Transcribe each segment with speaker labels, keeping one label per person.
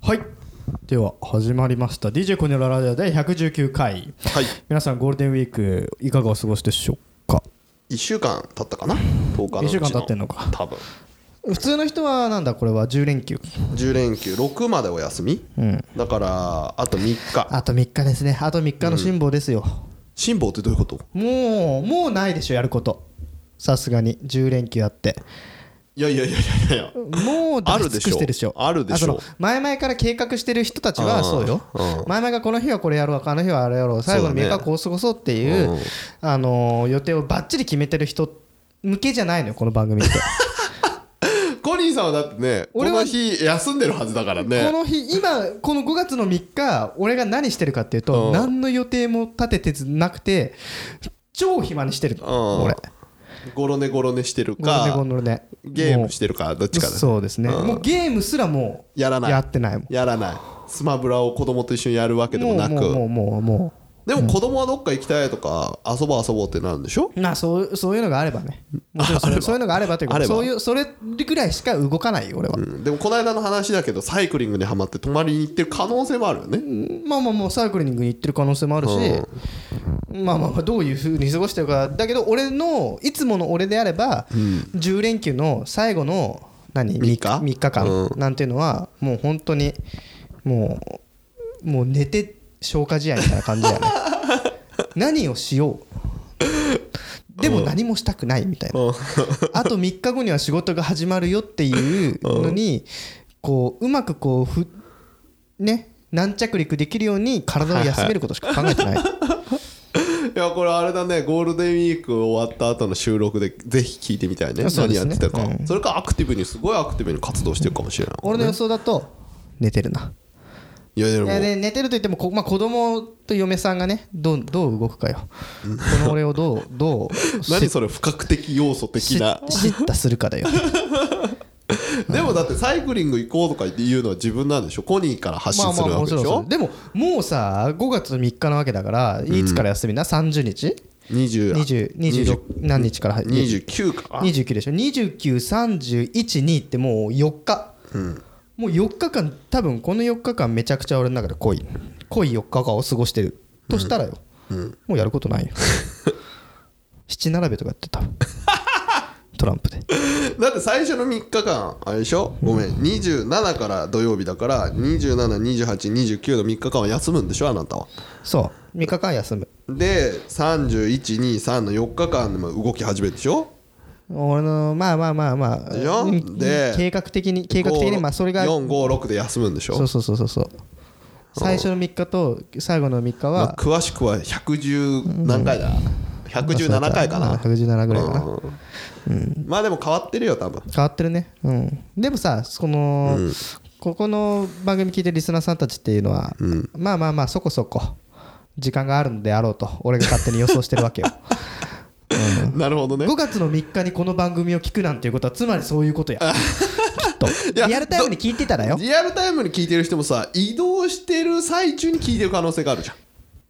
Speaker 1: はいでは始まりました DJ コネララジオ第119回
Speaker 2: はい、
Speaker 1: 皆さんゴールデンウィークいかがお過ごしでしょうか
Speaker 2: 1週間経ったかな10日のうちの
Speaker 1: 一週間経ってんのか
Speaker 2: 多分
Speaker 1: 普通の人はなんだこれは10連休
Speaker 2: 10連休6までお休み、だからあと3日
Speaker 1: あと3日ですねあと3日の辛抱ですよ、
Speaker 2: 辛抱ってどういうこと
Speaker 1: もうもうないでしょやることさすがに10連休あって
Speaker 2: いやいやいやいやいや
Speaker 1: もう出
Speaker 2: あ
Speaker 1: し
Speaker 2: る
Speaker 1: 尽
Speaker 2: で
Speaker 1: く
Speaker 2: しょ
Speaker 1: してるでしょ
Speaker 2: あるでしょ
Speaker 1: あその前々から計画してる人たちはそうよ前々がこの日はこれやろうあの日はあれやろう最後の
Speaker 2: そうだ
Speaker 1: 3
Speaker 2: ね
Speaker 1: 日はこう過ごそうっていう
Speaker 2: うん
Speaker 1: あのー予定をばっちり決めてる人向けじゃないのよこの番 組って
Speaker 2: コニーさんはだってねこ
Speaker 1: 俺は
Speaker 2: の日休んでるはずだから
Speaker 1: こ
Speaker 2: ね
Speaker 1: の日今この5月の3日俺が何してるかっていうと
Speaker 2: うん
Speaker 1: 何の予定も立ててずなくて超暇にしてるの
Speaker 2: うん
Speaker 1: 俺
Speaker 2: ゴロ寝ゴロ寝してる
Speaker 1: ゴ
Speaker 2: か
Speaker 1: ンドルね
Speaker 2: ゲームしてるかどっちかだ
Speaker 1: そうですね、
Speaker 2: うん
Speaker 1: もうゲームすらもう
Speaker 2: やらない
Speaker 1: やってないもん
Speaker 2: やらないスマブラを子供と一緒にやるわけでもなく
Speaker 1: もうもうもうも
Speaker 2: でも子供はどっか行きたいとか遊ぼう遊ぼうってなるんでしょ
Speaker 1: うなそうそういうのがあればねもちろんそれそういうのがあればという
Speaker 2: あ
Speaker 1: か
Speaker 2: れば
Speaker 1: そういうそれぐらいしか動かないよ俺は、
Speaker 2: うんでもこの間の話だけどサイクリングにはまって泊まりに行ってる可能性もあるよね
Speaker 1: まあまあもうサイクリングに行ってる可能性もあるし、まあまあまあどういうふうに過ごしてるかだけど俺のいつもの俺であれば、10連休の最後の何
Speaker 2: 三日
Speaker 1: 3日間
Speaker 2: う
Speaker 1: なんていうのはもう本当にもうもう寝て消化試合みたいな感じ だよね何をしようでも何もしたくないみたいなあと3日後には仕事が始まるよっていうのにこううまくこうふね軟着陸できるように体を休めることしか考えてない
Speaker 2: いやこれあれだねゴールデンウィーク終わった後の収録でぜひ聞いてみたいね
Speaker 1: そうで
Speaker 2: 何
Speaker 1: す
Speaker 2: や
Speaker 1: ね
Speaker 2: ってたか、
Speaker 1: うん
Speaker 2: それかアクティブにすごいアクティブに活動してるかもしれない、
Speaker 1: 俺の予想だと寝てるない
Speaker 2: やいやで
Speaker 1: い
Speaker 2: も
Speaker 1: やで寝てるといってもこ、まあ、子供と嫁さんがねどうどう動くかよこの俺をどうどう
Speaker 2: 何それ不確定要素
Speaker 1: し
Speaker 2: 的な
Speaker 1: 叱咤するかだよ
Speaker 2: でもだってサイクリング行こうとか言うのは自分なんでしょコニーから 発
Speaker 1: まあ
Speaker 2: 信す
Speaker 1: まあ
Speaker 2: るわ
Speaker 1: も
Speaker 2: け
Speaker 1: ち
Speaker 2: で
Speaker 1: ろん
Speaker 2: し
Speaker 1: そ
Speaker 2: ょ
Speaker 1: うでももうさ5月3日なわけだからいつから休みな30日
Speaker 2: 20
Speaker 1: 20 26何日から入る
Speaker 2: 29かな
Speaker 1: 29でしょ29312ってもう4日、もう4日間多分この4日間めちゃくちゃ俺の中で濃い濃い4日間を過ごしてるとしたらよ、もうやることないよ 七並べとかやって たトランプで
Speaker 2: だって最初の3日間あれでしょごめん27から土曜日だから272829の3日間は休むんでしょあなたは
Speaker 1: そう3日間休む
Speaker 2: で3123の4日間でも動き始めるでしょ
Speaker 1: 俺のまあまあまあまあ
Speaker 2: でしょ
Speaker 1: うん
Speaker 2: で
Speaker 1: 計画的に計画的にまあそれが
Speaker 2: 456で休むんでしょ
Speaker 1: そうそうそうそうそう最初の3日と最後の3日
Speaker 2: まあ
Speaker 1: は
Speaker 2: 詳しくは110何回だ、117回か
Speaker 1: まあ
Speaker 2: な、
Speaker 1: 117ぐらいかな、
Speaker 2: うんまあでも変わってるよ多分
Speaker 1: 変わってるねうんでもさこの、ここの番組聞いてるリスナーさんたちっていうのは、まあまあまあそこそこ時間があるのであろうと俺が勝手に予想してるわけよ
Speaker 2: なるほ どね
Speaker 1: 5月の3日にこの番組を聞くなんていうことはつまりそういう ことやきっと
Speaker 2: いや
Speaker 1: リアルタイムに聞いてたらよ
Speaker 2: リアルタイムに聞いてる人もさ移動してる最中に聞いてる可能性があるじゃん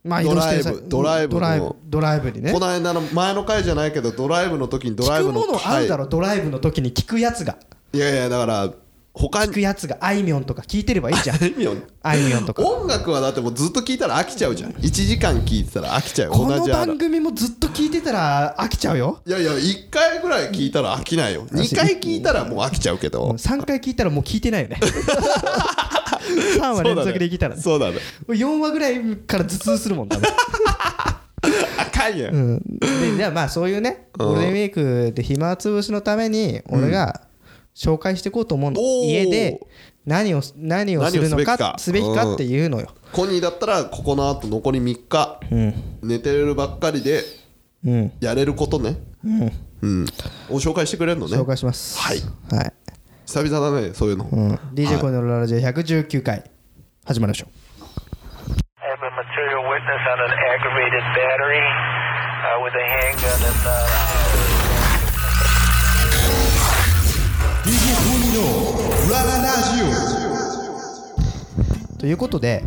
Speaker 1: まあ移動してる際
Speaker 2: ドライブ
Speaker 1: ド
Speaker 2: ド
Speaker 1: ラ
Speaker 2: ラ
Speaker 1: イ
Speaker 2: イ
Speaker 1: ブ
Speaker 2: ブ
Speaker 1: の
Speaker 2: の
Speaker 1: ドライブにね
Speaker 2: この間の前の回じゃないけどドライブの時にドライ
Speaker 1: 聞
Speaker 2: ブ
Speaker 1: く
Speaker 2: の
Speaker 1: ものあるだろ
Speaker 2: は
Speaker 1: ドライブの時に聞くやつが
Speaker 2: いいやいやだから他
Speaker 1: 聞
Speaker 2: に
Speaker 1: くやつがあいみょんとか聞いてればいいじ ゃんあいみょんとか
Speaker 2: 音楽はだってもうずっと聞いたら飽きちゃうじゃん1時間聞いてたら飽きちゃう
Speaker 1: この
Speaker 2: 同じあら
Speaker 1: 番組もずっと聞いてたら飽きちゃうよ
Speaker 2: いやいや1回ぐらい聞いたら飽きないよ2回聞いたらもう飽きちゃうけど
Speaker 1: 3回聞いたらもう聞いてないよ ね3話連続で聞いたら、ね、
Speaker 2: そうだね
Speaker 1: 4話ぐらいから頭痛するもんだね、
Speaker 2: あかんやん、
Speaker 1: うん、でじゃあまあそういうねゴールデンウィークで暇つぶしのために俺が紹介していこうと思うの、
Speaker 2: おー
Speaker 1: 家で何を何をするのか
Speaker 2: 何を
Speaker 1: す
Speaker 2: す
Speaker 1: べ
Speaker 2: べ
Speaker 1: き
Speaker 2: きか
Speaker 1: かっていうのよ、
Speaker 2: コニーだったらここのあと残り3日、寝てるばっかりで
Speaker 1: うん
Speaker 2: やれることねうん、を紹介してくれるのね
Speaker 1: 紹介します
Speaker 2: はい、
Speaker 1: はい
Speaker 2: 久々だねそういうの、
Speaker 1: うん、DJ コネのラジオ119回始まりましょう
Speaker 3: I have a material witness on an aggravated battery uh, with a handgun and. Uh
Speaker 4: DJ コニーのラララジオ
Speaker 1: ということで、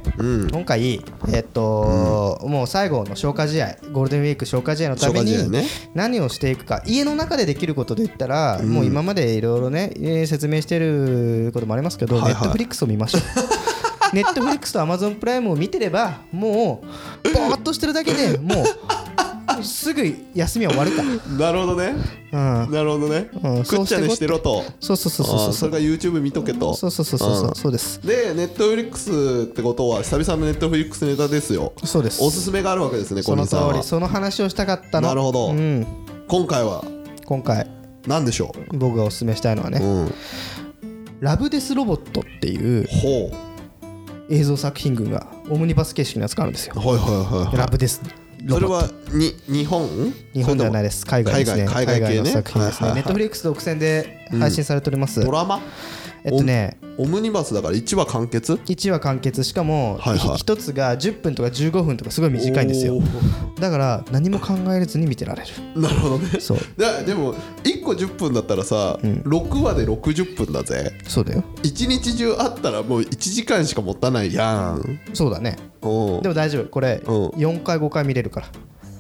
Speaker 1: 今回、えっともう最後の消化試合ゴールデンウィーク消化試合のため
Speaker 2: 消化試
Speaker 1: に
Speaker 2: 合ね
Speaker 1: 何をしていくか、家の中でできることで言ったら、もう今までいろいろねえー説明してることもありますけど、
Speaker 2: はいはい
Speaker 1: ネットフリックスを見ましょうネットフリックスとアマゾンプライムを見てればもうぼーっとしてるだけでもうすぐ休みは終わるか
Speaker 2: なるほどね
Speaker 1: ら、うん、
Speaker 2: なるほどね
Speaker 1: うん
Speaker 2: くっちゃねしてろと
Speaker 1: そうそうそう
Speaker 2: あ
Speaker 1: そ
Speaker 2: ー
Speaker 1: う
Speaker 2: そ
Speaker 1: そう
Speaker 2: れが YouTube 見とけと
Speaker 1: そうそうそうそうそううんそうです
Speaker 2: でネットフリックスってことは久々のネットフリックスネタですよ
Speaker 1: そうです
Speaker 2: おすすめがあるわけですね
Speaker 1: そ
Speaker 2: 小
Speaker 1: の
Speaker 2: 西
Speaker 1: 通
Speaker 2: さんは
Speaker 1: りその話をしたかったの
Speaker 2: なるほど
Speaker 1: うん、
Speaker 2: 今回は
Speaker 1: 今回
Speaker 2: 何でしょ
Speaker 1: 僕がおすすめしたいのは
Speaker 2: う、
Speaker 1: ね
Speaker 2: うん、
Speaker 1: 「ラブデスロボット」っていう
Speaker 2: ほう
Speaker 1: 映像作品群がオムニバス形式のやつがあるんですよ
Speaker 2: はいはいはい
Speaker 1: ラ
Speaker 2: は
Speaker 1: ブデス
Speaker 2: い
Speaker 1: ロ
Speaker 2: それ
Speaker 1: ボット
Speaker 2: はに日本
Speaker 1: 日本ではないですす海外ですね
Speaker 2: 海外海外系ね
Speaker 1: の作品ですね
Speaker 2: はいはいはい
Speaker 1: ネットフリックス独占で配信されております
Speaker 2: ドラマ
Speaker 1: えっとね
Speaker 2: オムニバスだから1話完結
Speaker 1: 1話完結しかも
Speaker 2: はいはい
Speaker 1: 1つが10分とか15分とかすごい短いんですよ
Speaker 2: おー
Speaker 1: だから何も考えずに見てられる
Speaker 2: なるほどね
Speaker 1: そう
Speaker 2: だでも1個10分だったらさ、6話で60分だぜ
Speaker 1: そうだよ
Speaker 2: 1日中あったらもう1時間しか持たないやん
Speaker 1: そうだね
Speaker 2: お
Speaker 1: でも大丈夫これ
Speaker 2: うん
Speaker 1: 4回5回見れるから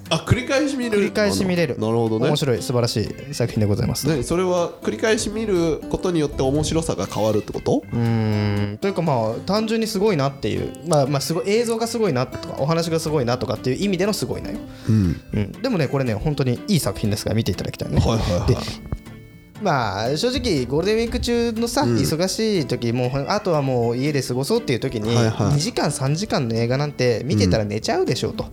Speaker 2: あ繰り返し見れる
Speaker 1: 繰り返し見れる
Speaker 2: なるほどね
Speaker 1: 面白い素晴らしい作品でございます
Speaker 2: 何それは繰り返し見ることによって面白さが変わるってこと
Speaker 1: うーんというかまあ単純にすごいなっていうまあまあすごい映像がすごいなとかお話がすごいなとかっていう意味でのすごいなよ、
Speaker 2: うん
Speaker 1: うん、でもねこれね本当にいい作品ですから見ていただきたいね、
Speaker 2: はいはい
Speaker 1: で
Speaker 2: はい
Speaker 1: まあ正直ゴールデンウィーク中のさ、忙しい時もうあとはもう家で過ごそうっていう時に
Speaker 2: はいはい
Speaker 1: 2時間3時間の映画なんて見てたら寝ちゃうでしょうと、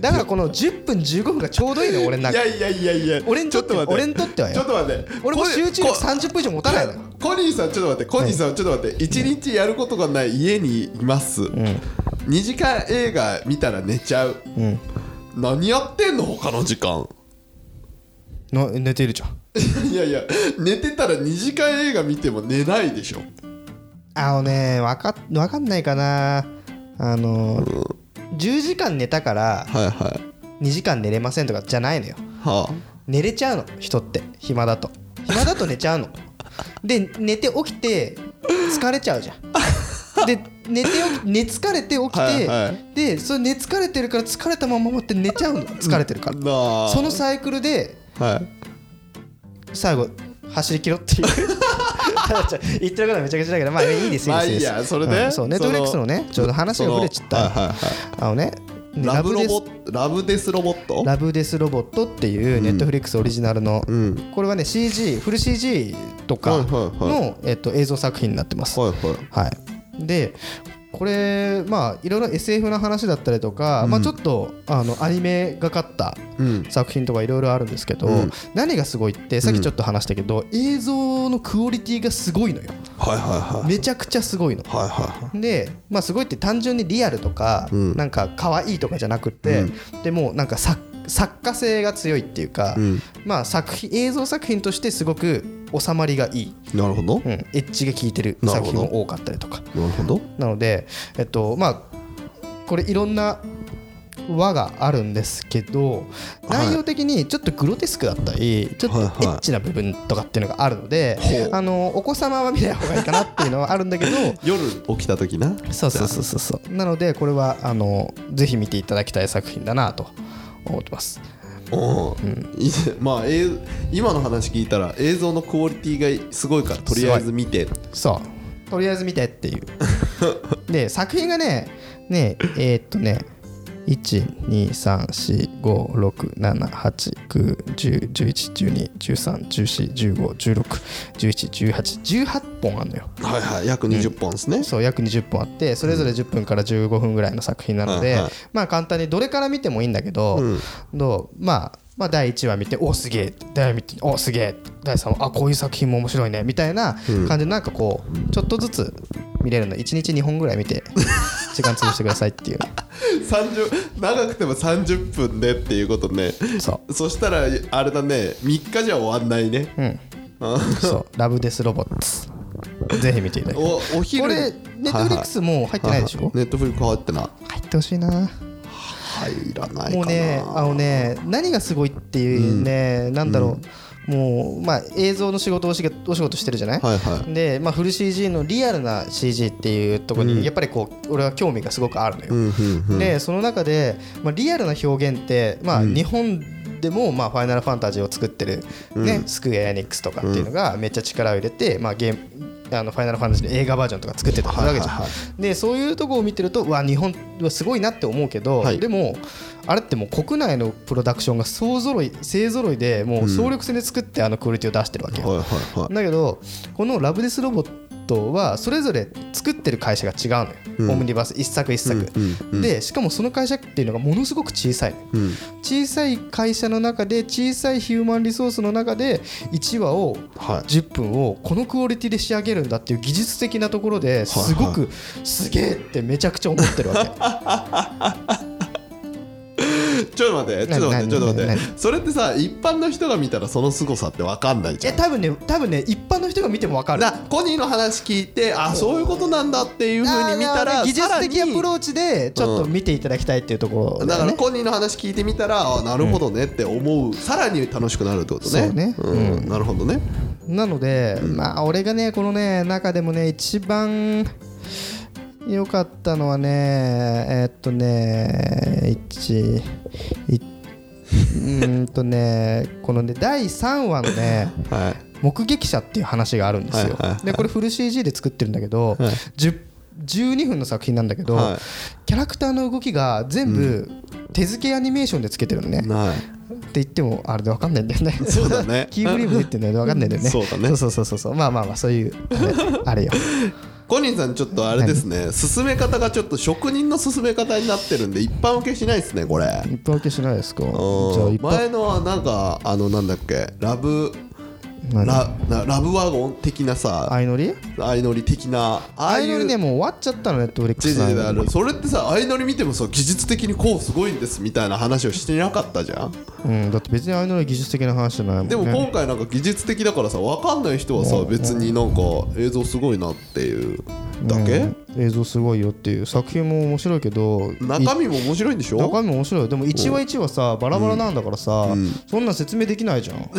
Speaker 1: だからこの10分15分がちょうどいいの俺の
Speaker 2: い
Speaker 1: 中
Speaker 2: やいやいやいや
Speaker 1: 俺にとっては
Speaker 2: ちょっと待
Speaker 1: 俺にとってはよ
Speaker 2: ちょっと待って
Speaker 1: 俺も
Speaker 2: これ
Speaker 1: 集中力
Speaker 2: こ
Speaker 1: 30分以上持たないのよ
Speaker 2: コニーさんちょっと待ってコニーさんちょっと待って一日やることがない家にいます、2時間映画見たら寝ちゃう、
Speaker 1: ん
Speaker 2: 何やってんの他の時間
Speaker 1: の寝てるじゃん
Speaker 2: いやいや寝てたら2時間映画見ても寝ないでしょ
Speaker 1: あのねわかわかんないかなあの10時間寝たから
Speaker 2: はいはい
Speaker 1: 2時間寝れませんとかじゃないのよ
Speaker 2: は
Speaker 1: 寝れちゃうの人って暇だと暇だと寝ちゃう ので寝て起きて疲れちゃうじゃんで寝て起き寝疲れて起きて、
Speaker 2: はいは
Speaker 1: でそれ寝疲れてるから疲れたまま待って寝ちゃうの疲れてるか
Speaker 2: あ
Speaker 1: ら、
Speaker 2: なあ
Speaker 1: そのサイクルで
Speaker 2: はい
Speaker 1: 最後走り切ろう っていうちょ言ってることはめちゃくちゃだけどまあいいですよ、
Speaker 2: まあ
Speaker 1: いいです
Speaker 2: いいやそれで
Speaker 1: うんそうネッ
Speaker 2: そ
Speaker 1: ト
Speaker 2: の
Speaker 1: フリックスのねちょうど話が触れちゃった、
Speaker 2: そのはいはいはい
Speaker 1: あのね
Speaker 2: ラブロボ
Speaker 1: ラブデ
Speaker 2: ラブデスロボット
Speaker 1: スラブデスロボットっていうネットフリックスオリジナルの、
Speaker 2: うん
Speaker 1: これはね CG フル CG とか
Speaker 2: はい
Speaker 1: の、
Speaker 2: はいは
Speaker 1: えっと、映像作品になってます。
Speaker 2: はいはい
Speaker 1: はい、でこれまあいろいろ SF の話だったりとか、まあ、ちょっとあのアニメがかった
Speaker 2: うん
Speaker 1: 作品とかいろいろあるんですけど、
Speaker 2: うん
Speaker 1: 何がすごいってさっきちょっと話したけど、映像のクオリティがすごいのよ
Speaker 2: はいはいはい
Speaker 1: めちゃくちゃすごいの。
Speaker 2: はいはいはい
Speaker 1: で、まあ、すごいって単純にリアルとか、
Speaker 2: ん
Speaker 1: なんか可愛いとかじゃなくて、でもうなんか作作家性が強いっていうか、
Speaker 2: ん
Speaker 1: まあ、作品映像作品としてすごく収まりがいい、
Speaker 2: なるほど
Speaker 1: うん、エッジが効いてる
Speaker 2: なる
Speaker 1: 作
Speaker 2: ほ
Speaker 1: 品
Speaker 2: ど
Speaker 1: も多かったりとか
Speaker 2: なるほど
Speaker 1: なので、えっとまあ、これいろんな輪があるんですけど
Speaker 2: はい
Speaker 1: 内容的にちょっとグロテスクだったりちょっとエ
Speaker 2: はいはい
Speaker 1: ッチな部分とかっていうのがあるので、
Speaker 2: ほう
Speaker 1: あのお子様は見ない方がいいかなっていうのはあるんだけど
Speaker 2: 夜起きた時な
Speaker 1: そうそうそうそうそうなのでこれはあのぜひ見ていただきたい作品だなと思ってます
Speaker 2: おういいねまあえい今の話聞いたら映像のクオリティがすごいからとりあえず見て
Speaker 1: そうとりあえず見てっていうで作品がねねえーっとね12345678910111213141516171818本あるのよ
Speaker 2: はいはい約20本ですね
Speaker 1: そう約20本あってそれぞれ10分から15分ぐらいの作品なので、
Speaker 2: はいはい
Speaker 1: まあ簡単にどれから見てもいいんだけど、どうまあまあ、第1話見て「おすげえ」第2話見て「おすげえ」第3話「あこういう作品も面白いね」みたいな感じでなんかこうちょっとずつ見れるの1日2本ぐらい見て時間潰してくださいっていうね
Speaker 2: 30長くても30分でっていうことね
Speaker 1: そ
Speaker 2: そしたらあれだね3日じゃ終わんないね
Speaker 1: ううん
Speaker 2: あ
Speaker 1: そう「ラブデスロボット」ぜひ見ていただきたい
Speaker 2: おお昼
Speaker 1: これネットフリックスもう入ってないでしょ
Speaker 2: ネットフリックス入ってない
Speaker 1: 入ってほしいな
Speaker 2: 入らないかな
Speaker 1: もうねあのね何がすごいっていうね、なんだろう、もうまあ映像の仕事をしお仕事してるじゃない、
Speaker 2: はいはい
Speaker 1: で、まあ、フル CG のリアルな CG っていうところにやっぱりこう俺は興味がすごくあるのよ、
Speaker 2: うんうん
Speaker 1: でその中で、まあ、リアルな表現って、まあ、日本でも、まあ、ファイナルファンタジーを作ってる、ねスクエアエニックスとかっていうのがめっちゃ力を入れて、まあ、ゲームあのファイナルファンタジーの映画バージョンとか作ってたりするわけじゃん、
Speaker 2: はいはい
Speaker 1: でそういうとこを見てるとうわ日本はすごいなって思うけど、
Speaker 2: はい
Speaker 1: でもあれってもう国内のプロダクションが総揃い勢ぞろいでもう総力戦で作ってあのクオリティを出してるわけよ、
Speaker 2: はいはいはい
Speaker 1: だけどこのラブデスロボットはそれぞれ作ってる会社が違うのよ、
Speaker 2: うん
Speaker 1: オムニバス一作一作、
Speaker 2: うんうんうん
Speaker 1: でしかもその会社っていうのがものすごく小さいの
Speaker 2: うん
Speaker 1: 小さい会社の中で小さいヒューマンリソースの中で1話を
Speaker 2: はい
Speaker 1: 10分をこのクオリティで仕上げるんだっていう技術的なところですご
Speaker 2: は
Speaker 1: くすげえってめちゃくちゃ思ってるわけ
Speaker 2: ちょっと待ってちょっと待って
Speaker 1: 何
Speaker 2: ちょっと待って
Speaker 1: 何
Speaker 2: それってさ一般の人が見たらその凄さって分かんないじ
Speaker 1: え
Speaker 2: ゃん
Speaker 1: 多分ね多分ね一般の人が見ても分かる
Speaker 2: だコニーの話聞いてあそういうことなんだっていうふうに見た
Speaker 1: あーなるほど
Speaker 2: ら
Speaker 1: 技術的
Speaker 2: さら
Speaker 1: ア
Speaker 2: に
Speaker 1: プローチでちょっと見ていただきたいっていうところ
Speaker 2: だ
Speaker 1: よ
Speaker 2: から
Speaker 1: ね
Speaker 2: コニーの話聞いてみたらあなるほどねって思うさらに楽しくなるってことね
Speaker 1: そうね
Speaker 2: うんなるほどね
Speaker 1: なので、まあ俺がねこのね中でもね一番良かったのはねえーっとね一いうーんとねこのね第3話のね
Speaker 2: はい
Speaker 1: 目撃者っていう話があるんですよ、
Speaker 2: はいはいはい
Speaker 1: でこれフル CG で作ってるんだけど、
Speaker 2: はい
Speaker 1: 10 12分の作品なんだけど、
Speaker 2: はい
Speaker 1: キャラクターの動きが全部手付けアニメーションでつけてるのね、
Speaker 2: はい
Speaker 1: って言ってもあれで分かんないんだよね
Speaker 2: そうだね
Speaker 1: キーフリームで言ってんので分かんないんだよね
Speaker 2: そうだね
Speaker 1: そうそうそうそうまあまあまあそういうあれあれよ
Speaker 2: コニーさんちょっとあれですね進め方がちょっと職人の進め方になってるんで一般受けしないですねこれ
Speaker 1: 一般受けしないですかじゃあ
Speaker 2: うん
Speaker 1: 一
Speaker 2: 前
Speaker 1: 般
Speaker 2: のはなんかあのなんだっけラブ
Speaker 1: 何
Speaker 2: ラなラブワゴン的なさ
Speaker 1: 相乗り
Speaker 2: 相乗り的なああ
Speaker 1: 相
Speaker 2: い
Speaker 1: 乗り
Speaker 2: う
Speaker 1: ねもう終わっちゃったのネットフリック
Speaker 2: 違う
Speaker 1: ス
Speaker 2: 違う違うあのそれってさ相乗り見てもさ技術的にこうすごいんですみたいな話をしてなかったじゃん
Speaker 1: うんだって別に相乗り技術的な話じゃないもんね
Speaker 2: でも今回なんか技術的だからさ分かんない人はさ別になんか映像すごいなっていうだけ、
Speaker 1: うん映像すごいよっていう作品も面白いけど
Speaker 2: 中身も面白いんでしょ
Speaker 1: 中身も面白いよでも一話一話さバラバラなんだからさ、そんなん説明できないじゃん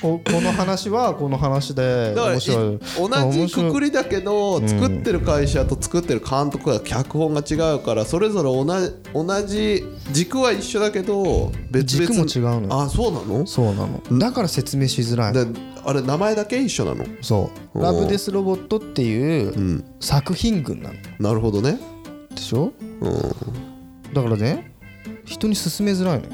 Speaker 1: こ この話はこの話で
Speaker 2: だから
Speaker 1: 面
Speaker 2: い
Speaker 1: 白い
Speaker 2: 同
Speaker 1: 面
Speaker 2: じ
Speaker 1: 白い
Speaker 2: くくりだけど作ってる会社と作ってる監督が脚本が違うからそれぞれ同じ同じ軸は一緒だけど別々
Speaker 1: 軸も違うのよ
Speaker 2: あそうなの
Speaker 1: そうなのだから説明しづらいの
Speaker 2: だあれ名前だけ一緒なの
Speaker 1: そう「
Speaker 2: おー
Speaker 1: ラブ・デス・ロボット」っていう作品群なの
Speaker 2: なるほどね
Speaker 1: でしょ
Speaker 2: うん
Speaker 1: だからね人に勧めづらいのよ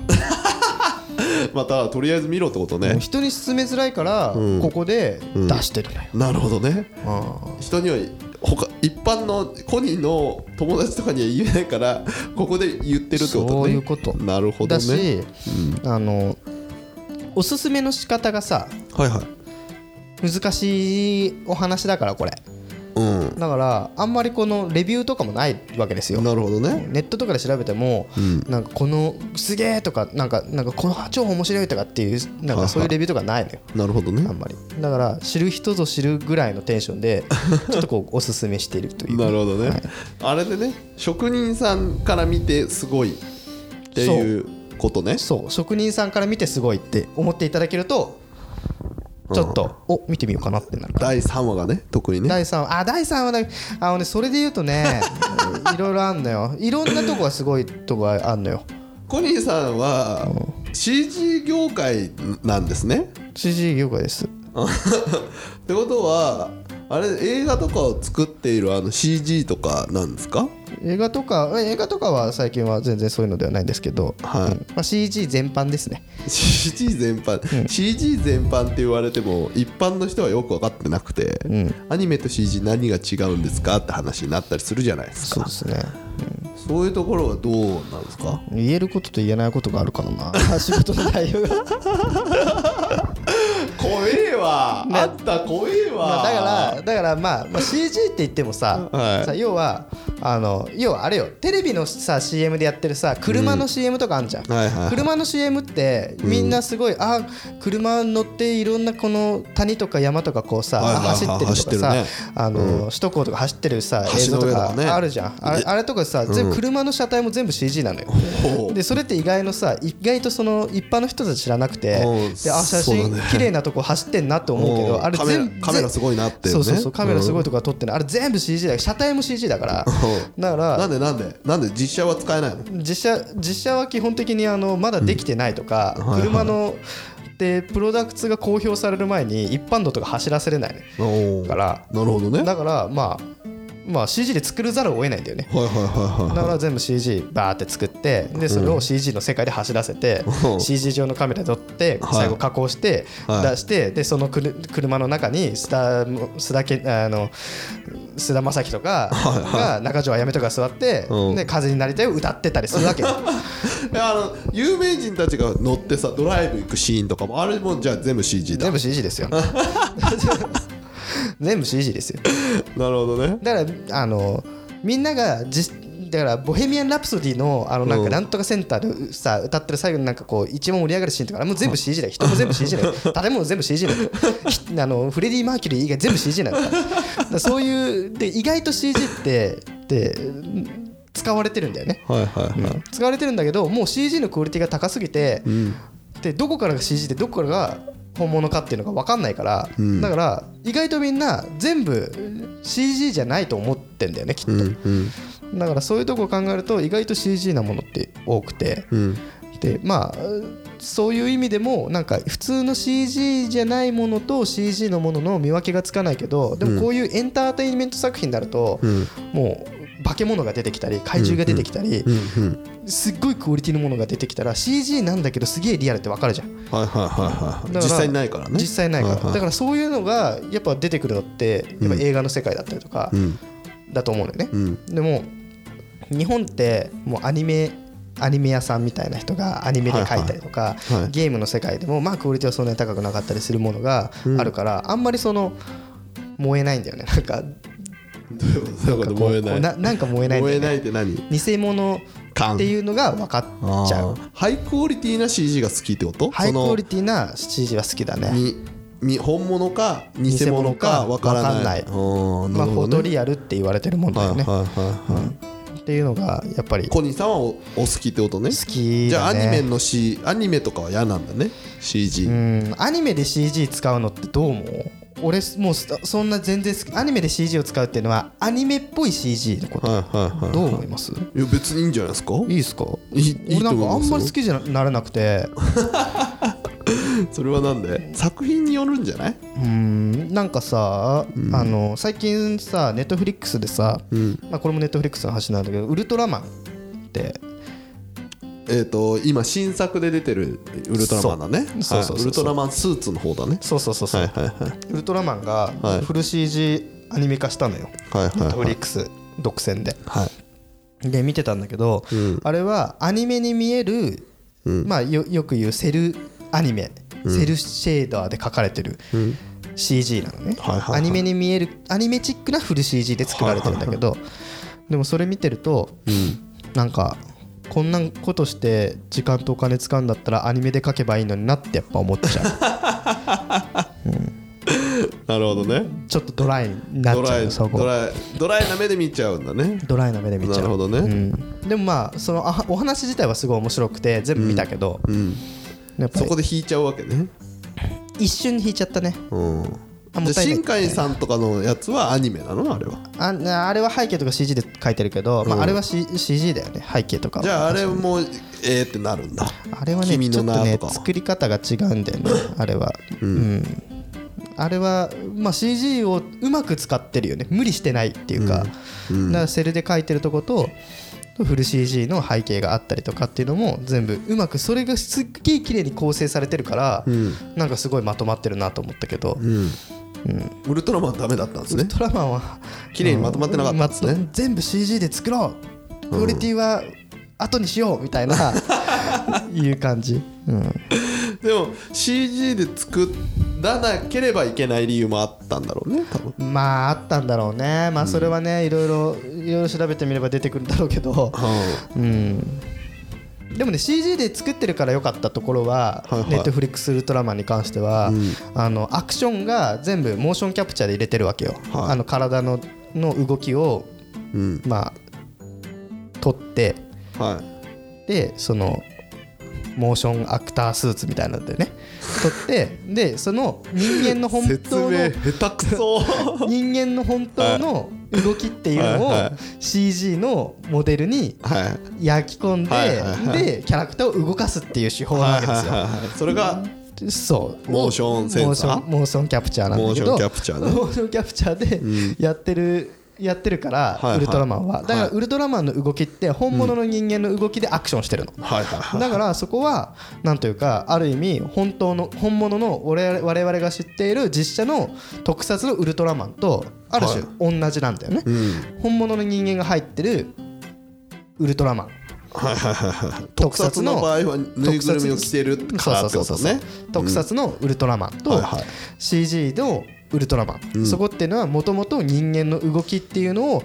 Speaker 2: またとりあえず見ろってことね
Speaker 1: 人に勧めづらいから
Speaker 2: うん
Speaker 1: ここで出してるのよ
Speaker 2: なるほどね
Speaker 1: あ
Speaker 2: 人には他一般のコニーの友達とかには言えないからここで言ってる
Speaker 1: ー
Speaker 2: ってことね
Speaker 1: そういうこと
Speaker 2: なるほど
Speaker 1: だ
Speaker 2: ね
Speaker 1: しあのおすすめの仕方がさ
Speaker 2: はいはい
Speaker 1: 難しいお話だからこれ
Speaker 2: う
Speaker 1: だからあんまりこのレビューとかもないわけですよ
Speaker 2: んなるほどね
Speaker 1: ネットとかで調べても、なんかこのすげえとかなんかなんかこの超面白いとかっていうなんかそういうレビューとかないのよ
Speaker 2: なるほどね
Speaker 1: あんまりだから知る人ぞ知るぐらいのテンション でちょっとこうおすすめしているという
Speaker 2: なるほどね、あれでね職人さんから見てすごいっていうことね
Speaker 1: そう職人さんから見てすごいって思っていただけるとちょっと、お見てみようかなってなる
Speaker 2: 第3話がね特にね
Speaker 1: 第3話あ第3話だあのねそれで言うと ねいろいろあんのよいろんなとこがすごいとこがあんのよ
Speaker 2: コニーさんは CG 業界なんですね
Speaker 1: CG 業界です
Speaker 2: ってことはあれ映画とかを作っているあの CG とかなんですか
Speaker 1: 映画とかえ映画とかは最近は全然そういうのではないんですけど、
Speaker 2: はい
Speaker 1: うんまあ、CG 全般ですね
Speaker 2: CG 全般、CG 全般って言われても一般の人はよく分かってなくて、アニメと CG 何が違うんですかって話になったりするじゃないです
Speaker 1: そう
Speaker 2: か
Speaker 1: ですね
Speaker 2: そういうところはどうなんですか
Speaker 1: 言えることと言えないことがあるからな 仕事の内容がだか
Speaker 2: 怖えわ、あった怖えわ、
Speaker 1: らだからまあ、まあ、CG って言ってもさ,、
Speaker 2: はい
Speaker 1: さ要はあの要はあれよテレビのさ CM でやってるさ車の CM とかあんじゃん、
Speaker 2: はいはいはい
Speaker 1: 車の CM ってみんなすごい、あ車乗っていろんなこの谷とか山とかこうさ、
Speaker 2: はいはいはい
Speaker 1: 走ってるとかさ、
Speaker 2: 走ってるね
Speaker 1: あの首都高とか走ってるさ映
Speaker 2: 橋
Speaker 1: 像
Speaker 2: の
Speaker 1: と
Speaker 2: 上と
Speaker 1: か
Speaker 2: かね
Speaker 1: あるじゃん、あれあれとかさ全部車の車体も全部 CG なのよ、
Speaker 2: ほう
Speaker 1: でそれって意外のさ意外とその一般の人たち知らなくて
Speaker 2: おう
Speaker 1: であ写
Speaker 2: そ
Speaker 1: 真
Speaker 2: うだね
Speaker 1: 綺麗なとこ走ってんなと思うけ
Speaker 2: お
Speaker 1: ど
Speaker 2: う
Speaker 1: あれ
Speaker 2: カメラ
Speaker 1: 全部
Speaker 2: カメラすごいなっていうね
Speaker 1: そうそうそうカメラすごいとこは撮ってないあれ全部 CG だから車体も CG だから
Speaker 2: お
Speaker 1: だから
Speaker 2: なんでなんでなんで実写は使えないの
Speaker 1: 実写実写は基本的にあのまだできてないとか、
Speaker 2: はい
Speaker 1: 車のでプロダクツが公表される前に一般道とか走らせれないね
Speaker 2: おー
Speaker 1: から
Speaker 2: なるほどねは
Speaker 1: だ
Speaker 2: い
Speaker 1: からまあまあ CG で作るざるを得ないんだよね
Speaker 2: はいはい
Speaker 1: だ
Speaker 2: は
Speaker 1: から全部 CG バーって作ってでそれを CG の世界で走らせて
Speaker 2: うん
Speaker 1: CG 上のカメラで撮って
Speaker 2: はい
Speaker 1: 最後加工して
Speaker 2: はい
Speaker 1: 出してでそのくる車の中に須田須田けあの須田将暉とかが中条あやめとか座って
Speaker 2: うん
Speaker 1: で風になりたいを歌ってたりするわ け
Speaker 2: いであの有名人たちが乗ってさドライブ行くシーンとかもあれもじゃあ全部 CG だ
Speaker 1: 全部 CG です よ全部 CG ですよ
Speaker 2: なるほどね
Speaker 1: だからあのみんながじだからボヘミアン・ラプソディのあのなん
Speaker 2: う
Speaker 1: か
Speaker 2: ん
Speaker 1: なんとかセンターでさ歌ってる最後になんかこう一番盛り上がるシーンとかあれもう全部 CG だよ人も全部 CG だよ誰も全部 CG だよひあのフレディ・マーキュリー以外全部 CG なんだからだからそういうで意外と CG ってで使われてるんだよね、
Speaker 2: はいはいはい
Speaker 1: 使われてるんだけどもう CG のクオリティが高すぎて、
Speaker 2: うん
Speaker 1: でどこからが CG でどこからが本物かっていうのが分かんないから、
Speaker 2: ん
Speaker 1: だから意外とみんな全部 CG じゃないと思ってんだよねきっと、
Speaker 2: うんうん
Speaker 1: だからそういうとこを考えると意外と CG なものって多くて、
Speaker 2: うん
Speaker 1: でまあそういう意味でもなんか普通の CG じゃないものと CG のものの見分けがつかないけどでもこういうエンターテインメント作品になると、
Speaker 2: ん
Speaker 1: もう化け物が出てきたり怪獣が出てきたり、
Speaker 2: うんうん
Speaker 1: すっごいクオリティのものが出てきたら CG なんだけどすげえリアルって分かるじゃん。
Speaker 2: はいはいはいはい
Speaker 1: だ
Speaker 2: 実際ないからね
Speaker 1: 実際ないから、
Speaker 2: はは
Speaker 1: だからそういうのがやっぱ出てくるのってやっぱ映画の世界だったりとか
Speaker 2: うん
Speaker 1: だと思うのよね、
Speaker 2: うん
Speaker 1: でも日本ってもうアニメアニメ屋さんみたいな人がアニメで描いたりとか、
Speaker 2: いはい
Speaker 1: ゲームの世界でもまあクオリティはそんなに高くなかったりするものがあるから、あんまりその燃えないんだよねなんか
Speaker 2: そういうこと燃え
Speaker 1: こう
Speaker 2: な
Speaker 1: ないなんか燃えないんだ
Speaker 2: 燃え
Speaker 1: よ
Speaker 2: な
Speaker 1: ね
Speaker 2: いって何
Speaker 1: 偽物っていうのが分か
Speaker 2: あ
Speaker 1: っ
Speaker 2: ー
Speaker 1: ちゃう
Speaker 2: ハイクオリティな CG が好きってこと
Speaker 1: ハイクオリ
Speaker 2: テ
Speaker 1: ティな CG は好きだね
Speaker 2: 本物か偽物かわからない
Speaker 1: 偽
Speaker 2: あー
Speaker 1: ま
Speaker 2: な
Speaker 1: あ、
Speaker 2: る
Speaker 1: フォ
Speaker 2: ほ
Speaker 1: ト
Speaker 2: どね
Speaker 1: リアルって言われてるもんだ
Speaker 2: はい
Speaker 1: よね、
Speaker 2: はいはいはい
Speaker 1: っていうのがやっぱり好
Speaker 2: コニーさんはおお好きってことね
Speaker 1: き
Speaker 2: じゃあ
Speaker 1: だ、
Speaker 2: アニメ
Speaker 1: ね、
Speaker 2: の C アニメとかは嫌なんだね CG
Speaker 1: うんアニメで CG 使うのってどう思う俺もうそそんな全然好きアニメで CG を使うっていうのはアニメっぽい CG のこ
Speaker 2: はい
Speaker 1: と
Speaker 2: はいはい
Speaker 1: どう思います
Speaker 2: いや別にいいんじゃないですか
Speaker 1: いいですか
Speaker 2: いいい
Speaker 1: 俺
Speaker 2: いと
Speaker 1: な
Speaker 2: 思い
Speaker 1: んか
Speaker 2: ま
Speaker 1: あ
Speaker 2: すよ
Speaker 1: んまり好きじゃなれなくて
Speaker 2: それはなんで作品によるんじゃないう
Speaker 1: ーんなんかさ、あの最近さネットフリックスでさ、
Speaker 2: ん
Speaker 1: まあ、これもネットフリックスの話なんだけどウルトラマンって
Speaker 2: えっと今新作で出てるウルトラマンだね
Speaker 1: そう
Speaker 2: はい
Speaker 1: そうそうそう
Speaker 2: ウルトラマンスーツの方だね
Speaker 1: そうそうそうそう、
Speaker 2: はいはいはい
Speaker 1: ウルトラマンが
Speaker 2: はい
Speaker 1: フル CG アニメ化したのよ、
Speaker 2: はい
Speaker 1: ネット
Speaker 2: は
Speaker 1: フ
Speaker 2: い
Speaker 1: リックス独占で
Speaker 2: はい
Speaker 1: で見てたんだけど、
Speaker 2: ん
Speaker 1: あれはアニメに見える、まあ、よよく言うセルアニメ、セルシェーダーで描かれてる CG なのね、
Speaker 2: はいはいはい
Speaker 1: アニメに見えるアニメチックなフル CG で作られてるんだけど、でもそれ見てると、なんかこんなことして時間とお金使うんだったらアニメで描けばいいのになってやっぱ思っちゃう
Speaker 2: なるほどね
Speaker 1: ちょっとドライにな
Speaker 2: ド
Speaker 1: っちゃ
Speaker 2: ラ
Speaker 1: う
Speaker 2: イ
Speaker 1: よそこ
Speaker 2: ドライドライな目で見ちゃうんだね
Speaker 1: ドライな目で見ちゃう
Speaker 2: なるほどね
Speaker 1: うん、でもまあそのあお話自体はすごい面白くて全部見たけど、
Speaker 2: うん
Speaker 1: やっぱ
Speaker 2: そ
Speaker 1: り
Speaker 2: こで引いちゃうわけね
Speaker 1: 一瞬引いちゃったね
Speaker 2: うん
Speaker 1: あも
Speaker 2: じ
Speaker 1: った
Speaker 2: ゃあ
Speaker 1: いない
Speaker 2: 新海さんとかのやつはアニメなのあれは
Speaker 1: ああれは背景とか CG で書いてるけど、まあ、あれは、C、g だよね背景とかは
Speaker 2: じゃああれもえーってなるんだ
Speaker 1: あれはね
Speaker 2: 君
Speaker 1: ち
Speaker 2: の
Speaker 1: ょっと
Speaker 2: 名
Speaker 1: ね
Speaker 2: とか
Speaker 1: 作り方が違うんだよ ねあれはうん、あれは、まあ、CG をうまく使ってるよね無理してないっていうか,、だからセルで書いてるとことフル CG の背景があったりとかっていうのも全部うまくそれがすっげえ綺麗に構成されてるから、なんかすごいまとまってるなと思ったけど、
Speaker 2: ウルトラマンダメだったんですね
Speaker 1: ウルトラマンは
Speaker 2: 綺麗にまとまってなかったんですね
Speaker 1: うんまと全部 CG で作ろうクオリティは後にしようみたい ないう感じ、うん、
Speaker 2: でも CG で作らなければいけない理由もあったんだろうね多分
Speaker 1: まああったんだろうねまあそれはね、いろいろいろいろ調べてみれば出てくるんだろうけ ど、うん、でもね CG で作ってるから良かったところは、
Speaker 2: はいはい
Speaker 1: ネットフリックスウルトラマンに関しては、あのアクションが全部モーションキャプチャーで入れてるわけよ、
Speaker 2: はい
Speaker 1: あの体のの動きを、
Speaker 2: うん
Speaker 1: まあ撮って
Speaker 2: は
Speaker 1: でそのモーションアクタースーツみたいなのでね撮ってでその人間の
Speaker 2: い
Speaker 1: 本
Speaker 2: 説
Speaker 1: 当の
Speaker 2: 明下手く そ
Speaker 1: 人間の本当の動きっていうのを
Speaker 2: はいはい
Speaker 1: CG のモデルに
Speaker 2: はい
Speaker 1: 焼き込んで、
Speaker 2: はいはいはい
Speaker 1: でキャラクターを動かすっていう手法な
Speaker 2: は
Speaker 1: わ
Speaker 2: い
Speaker 1: けですよ。
Speaker 2: はいはいそれが
Speaker 1: そう
Speaker 2: モーションセンサー
Speaker 1: モションモーションキャプチャーなんだけど
Speaker 2: モーションキャプチャーね
Speaker 1: モーションキャプチャーでやってる、やってるから、
Speaker 2: いはい
Speaker 1: ウルトラマンはだから
Speaker 2: はい
Speaker 1: ウルトラマンの動きって本物の人間の動きでアクションしてるの、
Speaker 2: はいはい はい
Speaker 1: だからそこはなんというかある意味本当の本物の俺ら我々が知っている実写の特撮のウルトラマンとある種同じなんだよね、本物の人間が入ってるウルトラマン
Speaker 2: 特撮の場合はぬいぐるみを着てるからって
Speaker 1: そう
Speaker 2: こ
Speaker 1: そ
Speaker 2: と
Speaker 1: うそうそう
Speaker 2: ね
Speaker 1: 特撮のウルトラマン
Speaker 2: は
Speaker 1: と
Speaker 2: いはい
Speaker 1: CG のウルトラマン、そこっていうのはもともと人間の動きっていうのを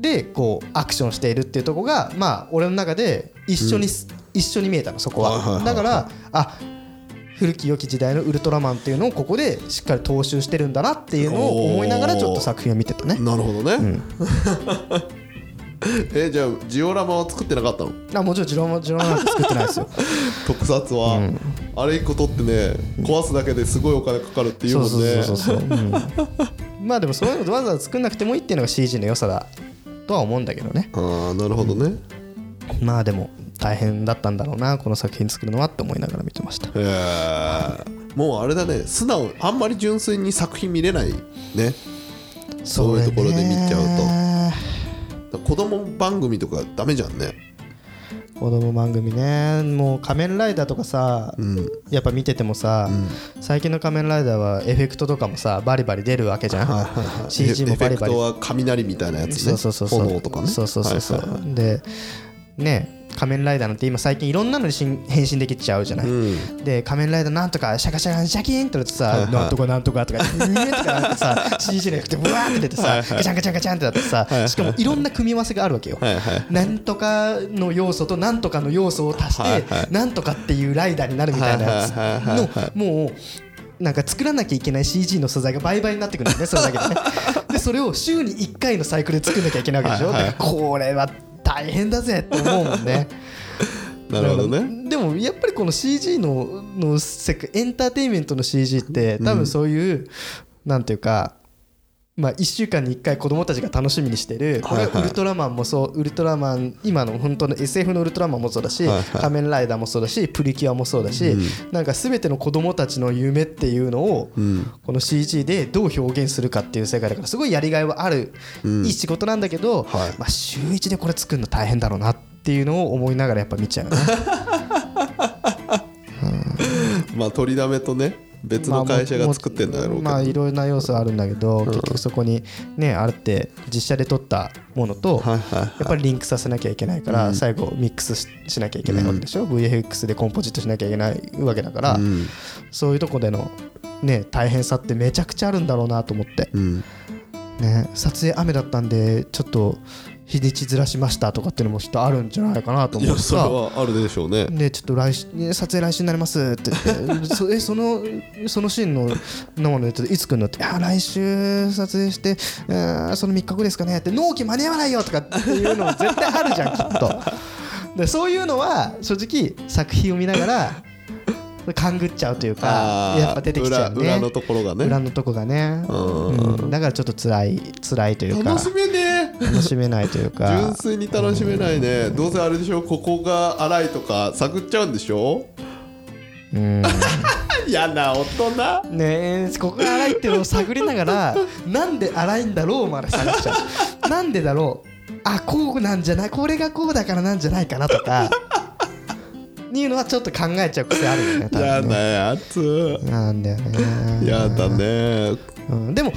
Speaker 1: でこうアクションしているっていうとこがまあ俺の中で一緒にす、一緒に見えたのそこは,、
Speaker 2: はいはいはいはい
Speaker 1: だからあ古き良き時代のウルトラマンっていうのをここでしっかり踏襲してるんだなっていうのを思いながらちょっと作品を見てたね
Speaker 2: なるほどね、 えじゃあジオラマは作ってなかったの
Speaker 1: あもちろんジロマジロマなんて作ってないですよ
Speaker 2: 特撮は、あれ一個撮ってね壊すだけですごいお金かかるっていう
Speaker 1: そ
Speaker 2: もん
Speaker 1: う
Speaker 2: ね
Speaker 1: そうそうそう、うん、まあでもそういうのわざわざ作んなくてもいいっていうのが CG の良さだとは思うんだけどね
Speaker 2: ああなるほどね、
Speaker 1: まあでも大変だったんだろうなこの作品作るのはって思いながら見てました
Speaker 2: へえもうあれだね素直あんまり純粋に作品見れないねそういうところで見ちゃ子供番組とかダメじゃんね
Speaker 1: うと子供番組ねもう「仮面ライダー」とかさ、やっぱ見ててもさ、最近の「仮面ライダー」はエフェクトとかもさバリバリ出るわけじゃん CG もバリバリ
Speaker 2: エフェクトは雷みたいなやつ
Speaker 1: そ
Speaker 2: ね
Speaker 1: うそうそうそう
Speaker 2: 炎とかね
Speaker 1: そうそうそうそう、
Speaker 2: はいはいはい
Speaker 1: でね仮面ライダーなんて今最近いろんなのにしん 変身できちゃうじゃない、で仮面ライダーなんとかシャカシャカシャキーンってやつさ、なんとかなんとかと かうえとかなんてさ CG のやってブワーって出てさ、ガチャンガチャンガチャンってなってさ、しかもいろんな組み合わせがあるわけよ、
Speaker 2: はいはい
Speaker 1: なんとかの要素となんとかの要素を足して、
Speaker 2: はいは
Speaker 1: なんとかっていうライダーになるみたいなやつ
Speaker 2: はいはいはいは
Speaker 1: のもうなんか作らなきゃいけない CG の素材が倍々になってくるんだよ ねそれだけでねでそれを週に1回のサイクルで作んなきゃいけないわけでしょ、
Speaker 2: はいは
Speaker 1: だ
Speaker 2: い
Speaker 1: からこれは大変だぜって思うもんね
Speaker 2: なるほどね
Speaker 1: でもやっぱりこの CG のの世界エンターテインメントの CG って多分そういう、なんていうかまあ、1週間に1回子供たちが楽しみにしてるこれはウルトラマンもそうウルトラマン今の本当の SF のウルトラマンもそうだし
Speaker 2: はいはい
Speaker 1: 仮面ライダーもそうだしプリキュアもそうだしなんか全ての子供たちの夢っていうのをこの CG でどう表現するかっていう世界だからすごいやりがいはあるいい仕事なんだけど
Speaker 2: はい
Speaker 1: まあ週1でこれ作るの大変だろうなっていうのを思いながらやっぱ見ちゃうね
Speaker 2: まあ取りだめとね別の会社が作ってんだろうけど、
Speaker 1: まあいろんな要素はあるんだけど結局そこにねあれって実写で撮ったものと
Speaker 2: はいはいはい
Speaker 1: やっぱりリンクさせなきゃいけないから、最後ミックスししなきゃいけないわけでしょ、VFX でコンポジットしなきゃいけないわけだから、そういうとこでの、ね、大変さってめちゃくちゃあるんだろうなと思って、
Speaker 2: うん、
Speaker 1: ね、撮影雨だったんでちょっと日にちずらしましたとかっていうのもきっとあるんじゃないかなと
Speaker 2: い
Speaker 1: 思っ
Speaker 2: や
Speaker 1: て
Speaker 2: それ
Speaker 1: さ。
Speaker 2: はあるでしょうね
Speaker 1: でちょっと来週ね撮影来週になりますって言って そえそのそのシーンの生のやついつ来るのっていや来週撮影してうーんその3日後ですかねって納期間に合わないよとかっていうのも絶対あるじゃんきっとでそういうのは正直作品を見ながら勘ぐっちゃうというか
Speaker 2: あー
Speaker 1: やっぱ出てきちゃうね
Speaker 2: 裏裏のところがね
Speaker 1: 裏のとこがね、
Speaker 2: うん
Speaker 1: うんだからちょっと辛い辛いというか
Speaker 2: 楽しめねえ
Speaker 1: 楽しめないというか
Speaker 2: 純粋に楽しめないねどうせあれでしょここが荒いとか探っちゃうんでしょ
Speaker 1: うん
Speaker 2: 嫌な大人
Speaker 1: ねえここが荒いっていうのを探りながらなんで荒いんだろうまで探しちゃうなんでだろうあこうなんじゃないこれがこうだからなんじゃないかなとかいうのはちょっと考えちゃう癖あるよね多
Speaker 2: 嫌
Speaker 1: 分
Speaker 2: な
Speaker 1: ね
Speaker 2: やつ
Speaker 1: なんだよね
Speaker 2: 嫌だね
Speaker 1: うん、でも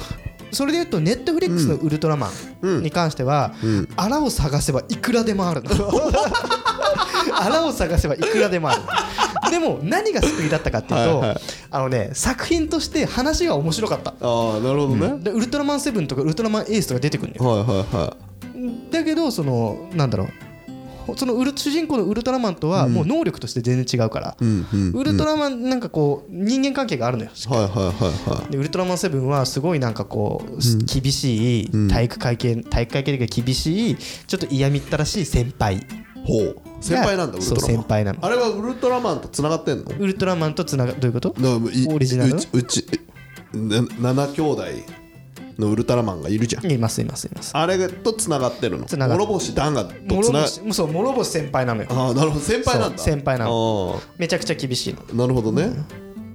Speaker 1: それでいうとネットフリックスの「ウルトラマン」に関しては、アラを探せばいくらでもあるの アラを探せばいくらでもあるのでも何が救いだったかっていうと
Speaker 2: はいはい
Speaker 1: あのね作品として話が面白かった
Speaker 2: ああなるほどね、
Speaker 1: でウルトラマンセブンとかウルトラマンエースとか出てくるんだよ
Speaker 2: はいはいは
Speaker 1: だけどそのなんだろうそのウル主人公のウルトラマンとはもう能力として全然違うから、ウルトラマンなんかこう人間関係があるのよ
Speaker 2: いはいはいはいはい
Speaker 1: でウルトラマンセブンはすごいなんかこう、厳しい体育会系体育会系で厳しいちょっと嫌みったらしい先輩
Speaker 2: ほう先輩なんだウルト
Speaker 1: そ
Speaker 2: ラ
Speaker 1: う
Speaker 2: マン
Speaker 1: 先輩なの
Speaker 2: あれはウルトラマンとつながってんの
Speaker 1: ウルトラマンとつながどういうこと
Speaker 2: なもうい
Speaker 1: オリジナル
Speaker 2: うちうちな7兄弟のウルトラマンがいるじゃん
Speaker 1: いますいますいます
Speaker 2: あれとつながってるの
Speaker 1: 繋がってる
Speaker 2: 諸星ダンがと
Speaker 1: 諸
Speaker 2: つなが
Speaker 1: 星もうそう諸星先輩なのよ
Speaker 2: ああなるほど先輩なんだ
Speaker 1: そう先輩なの
Speaker 2: の
Speaker 1: めちゃくちゃ厳しいの
Speaker 2: なるほどね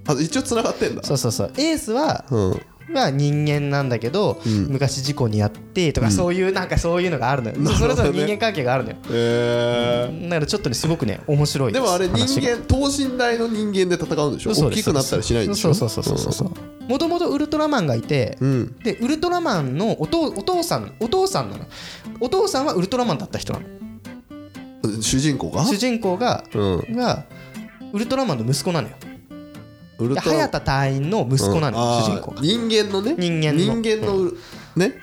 Speaker 2: あ一応つながってんだ
Speaker 1: そうそうそうエースは、
Speaker 2: うん
Speaker 1: まあ人間なんだけど、
Speaker 2: ん
Speaker 1: 昔事故にあってとかそういう、なんかそういうのがあるのよ、
Speaker 2: なるほ
Speaker 1: そ
Speaker 2: どね
Speaker 1: れぞれ人間関係があるのよ
Speaker 2: えー
Speaker 1: だからちょっとねすごくね面白い
Speaker 2: でもあれ人
Speaker 1: 話が
Speaker 2: 間等身大の人間で戦うんでしょ
Speaker 1: そう
Speaker 2: 大
Speaker 1: で
Speaker 2: き
Speaker 1: す
Speaker 2: くなったりしないんでし
Speaker 1: そ
Speaker 2: ょ
Speaker 1: うそうそうそうそうそうもともとウルトラマンがいて、
Speaker 2: うん
Speaker 1: でウルトラマンのお父お父さんお父さんなのお父さんはウルトラマンだった人なの
Speaker 2: うん主人公が
Speaker 1: 主人公が、
Speaker 2: うん
Speaker 1: がウルトラマンの息子なのよ
Speaker 2: ウル
Speaker 1: で早田隊員の息子なのよ、
Speaker 2: うん
Speaker 1: 主人公
Speaker 2: あー
Speaker 1: が
Speaker 2: 人間のね
Speaker 1: 人間の
Speaker 2: 人間のね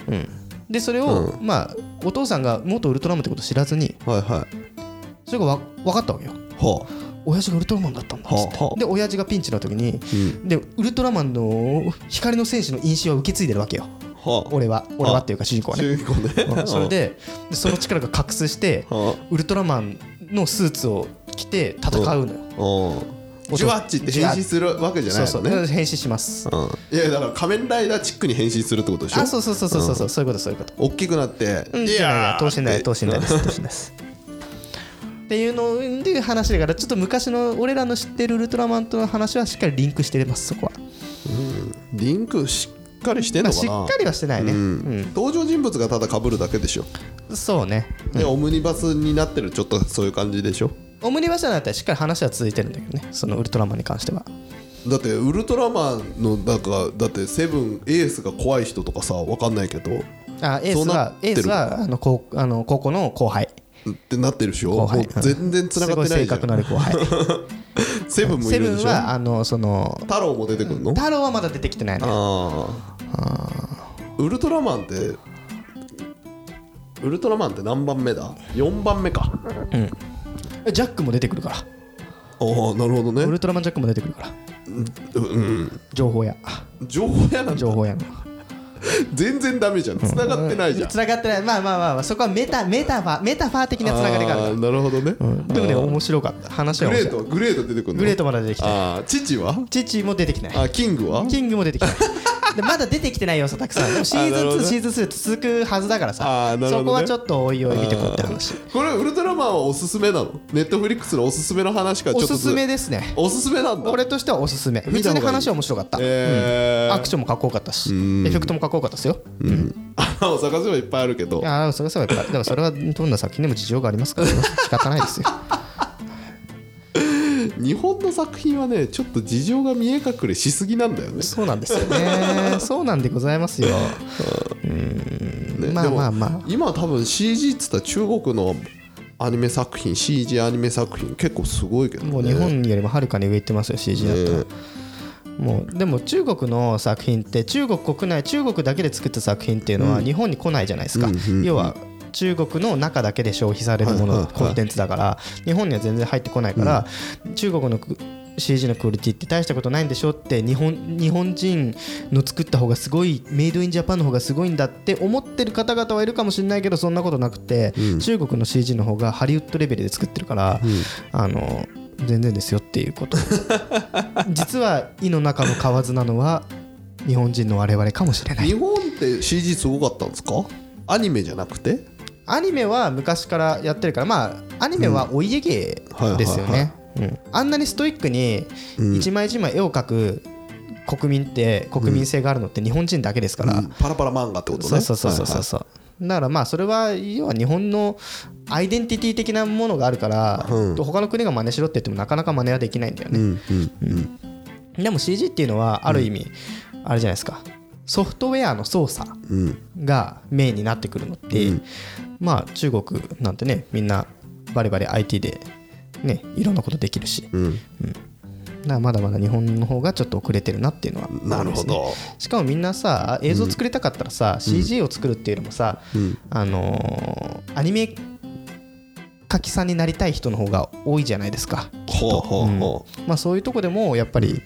Speaker 1: でそれを、
Speaker 2: う
Speaker 1: まあお父さんが元ウルトラマンってこと知らずに
Speaker 2: はいはい
Speaker 1: それがわ分かったわけよ
Speaker 2: は
Speaker 1: 親父がウルトラマンだったんだっつって、
Speaker 2: はあはあ
Speaker 1: で親父がピンチの時に、
Speaker 2: う
Speaker 1: でウルトラマンの光の戦士の印象は受け継いでるわけよ
Speaker 2: あは
Speaker 1: 俺は俺はっていうか主人公
Speaker 2: あ
Speaker 1: はね
Speaker 2: 主人公
Speaker 1: う
Speaker 2: ね
Speaker 1: んそれででその力が覚醒して
Speaker 2: は
Speaker 1: ウルトラマンのスーツを着て戦うのよ
Speaker 2: うんジュワッチって変身するわけじゃな
Speaker 1: そう
Speaker 2: い
Speaker 1: そ
Speaker 2: の
Speaker 1: う
Speaker 2: ね
Speaker 1: 変身します
Speaker 2: うんいやだから仮面ライダーチックに変身するってことでしょ
Speaker 1: あそうそうそうそうそうそうそういうことそういうこと
Speaker 2: 大きくなって
Speaker 1: うん
Speaker 2: い
Speaker 1: じゃ
Speaker 2: や
Speaker 1: あ
Speaker 2: ー
Speaker 1: 等身大
Speaker 2: って
Speaker 1: 等身大です等身大ですっていうので話だからちょっと昔の俺らの知ってるウルトラマンとの話はしっかりリンクしてますそこは、
Speaker 2: リンクしっかりしてん
Speaker 1: ま
Speaker 2: の
Speaker 1: あ、
Speaker 2: か
Speaker 1: し
Speaker 2: な
Speaker 1: っかりはしてないね、
Speaker 2: うん登場人物がただ被るだけでしょ
Speaker 1: うんそうね
Speaker 2: でオムニバスになってるちょっとそういう感じでしょ
Speaker 1: オムニバスだったらしっかり話は続いてるんだけどねそのウルトラマンに関しては
Speaker 2: だってウルトラマンのなんかだってセブンエースが怖い人とかさ分かんないけど
Speaker 1: あエー
Speaker 2: そう
Speaker 1: ス
Speaker 2: な
Speaker 1: は
Speaker 2: って
Speaker 1: エ
Speaker 2: る
Speaker 1: ースはあの高あの高校の後輩
Speaker 2: ってなってるでしょ
Speaker 1: 後輩
Speaker 2: もう全然繋
Speaker 1: す
Speaker 2: がってない
Speaker 1: ごい性
Speaker 2: じゃ
Speaker 1: 格のあ
Speaker 2: ん
Speaker 1: る後 輩
Speaker 2: セブンもい
Speaker 1: セブ
Speaker 2: るで
Speaker 1: ン
Speaker 2: しょ
Speaker 1: はあのその
Speaker 2: 太郎も出てくるの
Speaker 1: 太郎はまだ出てきてないね
Speaker 2: あーウルトラマンってウルトラマンって何番目だ4番目か
Speaker 1: ジャックも出てくるから
Speaker 2: ああなるほど
Speaker 1: ウ
Speaker 2: ね
Speaker 1: ルトラマンジャックも出てくるから
Speaker 2: うん
Speaker 1: 情報屋
Speaker 2: 情報屋なんだ
Speaker 1: 情報屋の
Speaker 2: 全然ダメじゃん繋がってないじゃん
Speaker 1: つながってないまあまあまあまあそこはメタメタファーメタファー的なつながりがあ
Speaker 2: あ
Speaker 1: る
Speaker 2: ーなるほどね、
Speaker 1: からでもね面白かった話は
Speaker 2: グ
Speaker 1: 面
Speaker 2: レ
Speaker 1: 白
Speaker 2: ー
Speaker 1: い
Speaker 2: トグレート出てくるの
Speaker 1: グレートまだ出てきてない
Speaker 2: ああ父は
Speaker 1: 父も出てきてない
Speaker 2: あキングは
Speaker 1: キングも出てきてない でまだ出てきてない要素たくさんでもシーズ
Speaker 2: あなるほ
Speaker 1: ン
Speaker 2: ど
Speaker 1: 2
Speaker 2: ね
Speaker 1: シーズン3続くはずだから
Speaker 2: あ
Speaker 1: さ
Speaker 2: ーなるほどね
Speaker 1: そこはちょっとおいおい見てこうって話
Speaker 2: これウルトラマンはおすすめなのネットフリックスのおすすめの話からちょ
Speaker 1: お
Speaker 2: っと
Speaker 1: すすめ
Speaker 2: で
Speaker 1: ですね
Speaker 2: おすすめなんだ
Speaker 1: 俺としてはおすすめ普
Speaker 2: 見た
Speaker 1: 通
Speaker 2: 方がいい
Speaker 1: に話は面白かった
Speaker 2: えー
Speaker 1: アクションもかっこよかったしエフェクトもかっこよかったですよ
Speaker 2: 穴を探せばいっぱいあるけど
Speaker 1: ああそれはそうやっぱでもそれはどんな作品でも事情がありますから仕方ない ですよ
Speaker 2: 日本の作品はねちょっと事情が見え隠れしすぎなんだよね
Speaker 1: そうなんですよねそうなんでございますよ
Speaker 2: ね
Speaker 1: まあ
Speaker 2: でも
Speaker 1: まあまあ
Speaker 2: 今は多分 CG っつったら中国のアニメ作品 CG アニメ作品結構すごいけど、ね、
Speaker 1: もう日本よりもはるかに上行ってますよ CG だったら、
Speaker 2: ね
Speaker 1: もうでも中国の作品って中国国内中国だけで作った作品っていうのは日本に来ないじゃないですか、要は中国の中だけで消費されるもの、
Speaker 2: はいはいはい
Speaker 1: コンテンツだから日本には全然入ってこないから、中国のく CG のクオリティって大したことないんでしょって日本日本人の作った方がすごいメイドインジャパンの方がすごいんだって思ってる方々はいるかもしれないけどそんなことなくて、中国の CG の方がハリウッドレベルで作ってるから、あの全然ですよっていうこと 実は「井の中の蛙」なのは日本人の我々かもしれない
Speaker 2: 日本って CG すごかったんですかアニメじゃなくて
Speaker 1: アニメは昔からやってるからまあアニメはお家芸ですよ
Speaker 2: はいはいは
Speaker 1: ねうんあんなにストイックに一枚一枚絵を描く国民って国民性があるのって日本人だけですから、
Speaker 2: うんパラパラ漫画ってことね
Speaker 1: そうそうそうそうそうそう、だからまあそれは要は日本のアイデンティティ的なものがあるから、
Speaker 2: うん
Speaker 1: 他の国が真似しろって言ってもなかなか真似はできないんだよね、
Speaker 2: うんうん
Speaker 1: でも CG っていうのはある意味、あれじゃないですかソフトウェアの操作
Speaker 2: うん
Speaker 1: がメインになってくるのって、まあ中国なんてねみんなバリバリ IT でねいろんなことできるし、
Speaker 2: うん
Speaker 1: だからまだまだ日本の方がちょっと遅れてるなっていうのはありますね
Speaker 2: なるほど
Speaker 1: しかもみんなさ映像作りたかったらさ、CG を作るっていうよりもさ、あのーアニメ書きさんになりたい人の方が多いじゃないですか
Speaker 2: ほうほうほ
Speaker 1: まあ、そういうとこでもやっぱり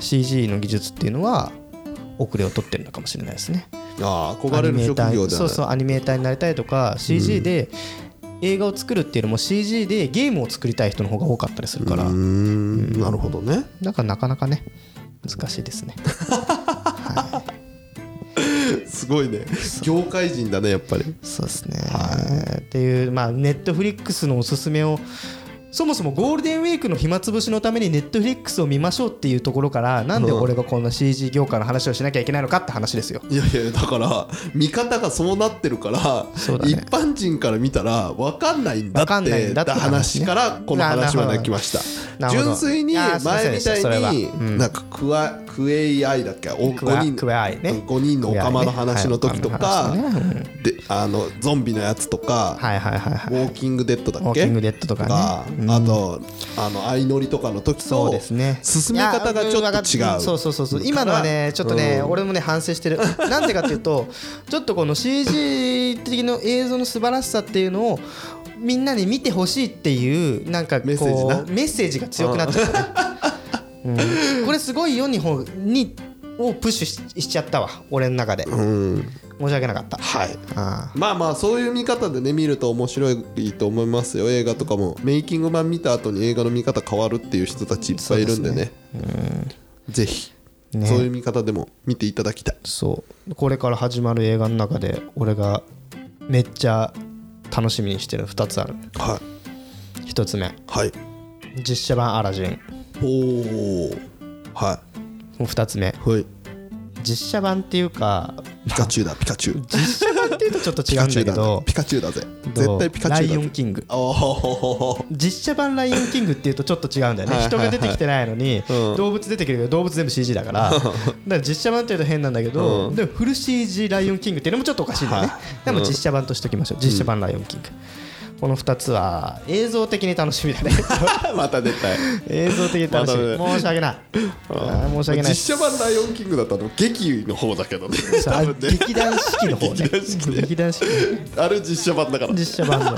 Speaker 1: CG の技術っていうのは遅れを取ってるのかもしれないですね。
Speaker 2: うああ憧れ
Speaker 1: アニ
Speaker 2: る職
Speaker 1: メ
Speaker 2: 業
Speaker 1: ーター
Speaker 2: じゃ
Speaker 1: そ
Speaker 2: な
Speaker 1: う
Speaker 2: い
Speaker 1: そうアニメーターになりたいとか CG で映画を作るっていうよりも CG でゲームを作りたい人の方が多かったりするから、
Speaker 2: うーんなるほどね
Speaker 1: なんかなかなかね難しいです ね。
Speaker 2: すごいね業界人だねやっぱり
Speaker 1: そうですね、っていうまあネットフリックスのおすすめをそもそもゴールデンウィークの暇つぶしのためにネットフリックスを見ましょうっていうところからなんで俺がこんな CG 業界の話をしなきゃいけないのかって話ですよ
Speaker 2: いやいやだから見方がそうなってるから、
Speaker 1: そうだね
Speaker 2: 一般人から見たら分かんないんだ
Speaker 1: わか
Speaker 2: っ
Speaker 1: んない
Speaker 2: て
Speaker 1: んだって話
Speaker 2: 話
Speaker 1: ね
Speaker 2: からこの話はできました
Speaker 1: なるほど
Speaker 2: 純粋に
Speaker 1: いやーすいませんで
Speaker 2: 前み
Speaker 1: した
Speaker 2: たいに
Speaker 1: それはうん
Speaker 2: なんかクワクエイアイだっけお
Speaker 1: クワ
Speaker 2: 5人
Speaker 1: クエアイね
Speaker 2: 五人のオカマの話の時とか
Speaker 1: クエアイねはいオカマの話
Speaker 2: であのゾンビのやつとか
Speaker 1: はいはいはい
Speaker 2: ウ
Speaker 1: はい
Speaker 2: ォーキングデッドだ
Speaker 1: ウォ
Speaker 2: っ
Speaker 1: ーキ
Speaker 2: け
Speaker 1: ングデッドとかねうん
Speaker 2: あとあの相乗りとかの時
Speaker 1: そう
Speaker 2: と
Speaker 1: ですね
Speaker 2: 進め方がちょっと
Speaker 1: いや
Speaker 2: 違
Speaker 1: ん
Speaker 2: う
Speaker 1: そうそうそうそう今のはねちょっとね、俺もね反省してる なんでかっていうとちょっとこの CG 的の映像の素晴らしさっていうのをみんなに見てほしいっていうなんかこう
Speaker 2: メッセージな
Speaker 1: メッセージが強くなっちゃった、ねうんこれすごいよ日本にをプッシュししちゃったわ俺の中で、
Speaker 2: うん
Speaker 1: 申し訳なかった
Speaker 2: はい
Speaker 1: あ
Speaker 2: まあまあそういう見方でね見ると面白いと思いますよ映画とかもメイキング版見た後に映画の見方変わるっていう人たちいっぱいいるんでねぜひ、
Speaker 1: ね
Speaker 2: そういう見方でも見ていただきたい
Speaker 1: ーそうこれから始まる映画の中で俺がめっちゃ楽しみにしてる2つある
Speaker 2: はい
Speaker 1: 1つ目
Speaker 2: はい
Speaker 1: 実写版アラジン
Speaker 2: おおは
Speaker 1: 2つ目
Speaker 2: いはい
Speaker 1: 実写版っていうか
Speaker 2: ピカチュウだピカチュウ
Speaker 1: 実写版っていうとちょっ と違
Speaker 2: ピ
Speaker 1: う
Speaker 2: カ
Speaker 1: ん
Speaker 2: チュ
Speaker 1: だけ
Speaker 2: ウだ
Speaker 1: ど
Speaker 2: ぜピカチュウだぜ
Speaker 1: ど
Speaker 2: 絶
Speaker 1: う
Speaker 2: 対 ピカチュウだぜ
Speaker 1: ライオンキング
Speaker 2: おお
Speaker 1: 実写版「ライオンキング」っていうとちょっと違うんだよね、
Speaker 2: はいはいはい
Speaker 1: 人が出てきてないのに、
Speaker 2: うん
Speaker 1: 動物出てくるけど動物全部 CG だからだから実写版っていうと変なんだけど、
Speaker 2: うん
Speaker 1: でもフル CG「ライオンキング」っていうのもちょっとおかしいんだよね、
Speaker 2: はい
Speaker 1: でも実写版としておきましょう実写版「ライオンキング」この2つは映像的に楽しみだ ね
Speaker 2: また出たい
Speaker 1: 映像的に楽しみ
Speaker 2: ま
Speaker 1: 申し訳ないあー申し訳ない
Speaker 2: 実写版ライオンキングだったの劇の方だけどね
Speaker 1: あ
Speaker 2: 多分ね
Speaker 1: 劇団四季の方ね
Speaker 2: 劇団四季ね
Speaker 1: 劇団四季
Speaker 2: あれ実写版だから
Speaker 1: 実写版の、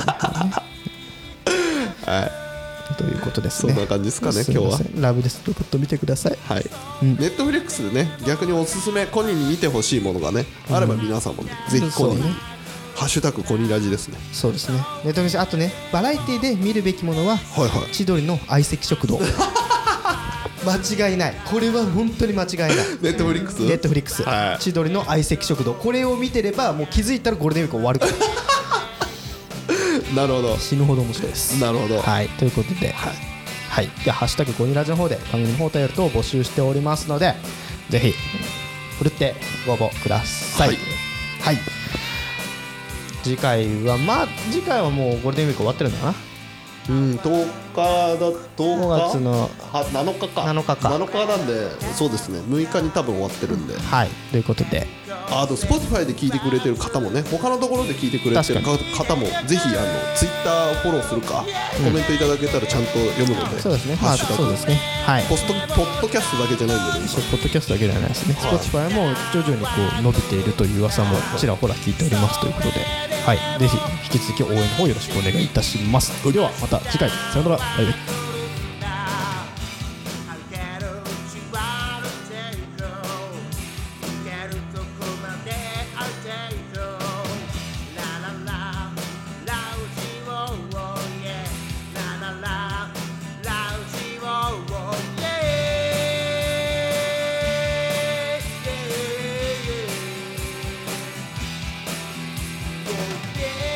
Speaker 1: ということですね
Speaker 2: そんな感じですかね
Speaker 1: いません
Speaker 2: 今
Speaker 1: ラブレスロボット見てください
Speaker 2: はい、ネットフリックスでね逆におすすめコニーに見てほしいものがね、あれば皆さんもねぜひコニーに、
Speaker 1: そうね
Speaker 2: ハッシュタグコニーラジですね
Speaker 1: そうですねネットフリックスあとねバラエティで見るべきものは、
Speaker 2: はいはい
Speaker 1: 千鳥の相席食 堂間違いないこれは本当に間違いない
Speaker 2: ネットフリックス
Speaker 1: ネットフリックス、
Speaker 2: はい
Speaker 1: 千鳥の相席食堂これを見てればもう気づいたらゴールデンウィーク終わるから
Speaker 2: なるほど
Speaker 1: 死ぬほど面白いです
Speaker 2: なるほど
Speaker 1: はいということで
Speaker 2: はい
Speaker 1: はい、じゃあハッシュタグゴニラジの方で番組の方とやると募集しておりますので、ぜひ、ふるってご応募ください。
Speaker 2: はい
Speaker 1: はい次回は、まあ、次回はもうゴールデンウィーク終わってるんだな。
Speaker 2: うん10日だ
Speaker 1: 5
Speaker 2: 10
Speaker 1: 月の
Speaker 2: は7日か
Speaker 1: 7日か
Speaker 2: 7日なんでそうですね6日に多分終わってるんで
Speaker 1: はい、ということで、
Speaker 2: ああと Spotify で聞いてくれてる方もね他のところで聞いてくれてるか方もぜひあの Twitter をフォローするか、コメントいただけたらちゃんと読むので
Speaker 1: そうですね、ま
Speaker 2: ハ
Speaker 1: あ、
Speaker 2: ッシュタグ
Speaker 1: そうですね、はい、
Speaker 2: ポストポッドキャストだけじゃないんでね
Speaker 1: そうポッドキャストだけじゃないですね、
Speaker 2: い
Speaker 1: Spotify も徐々にこう伸びているという噂もちらほら聞いておりますということで、はい、ぜひ引き続き応援の方よろしくお願いいたします。では、また次回、さよなら、バイバイ。
Speaker 5: Yeah.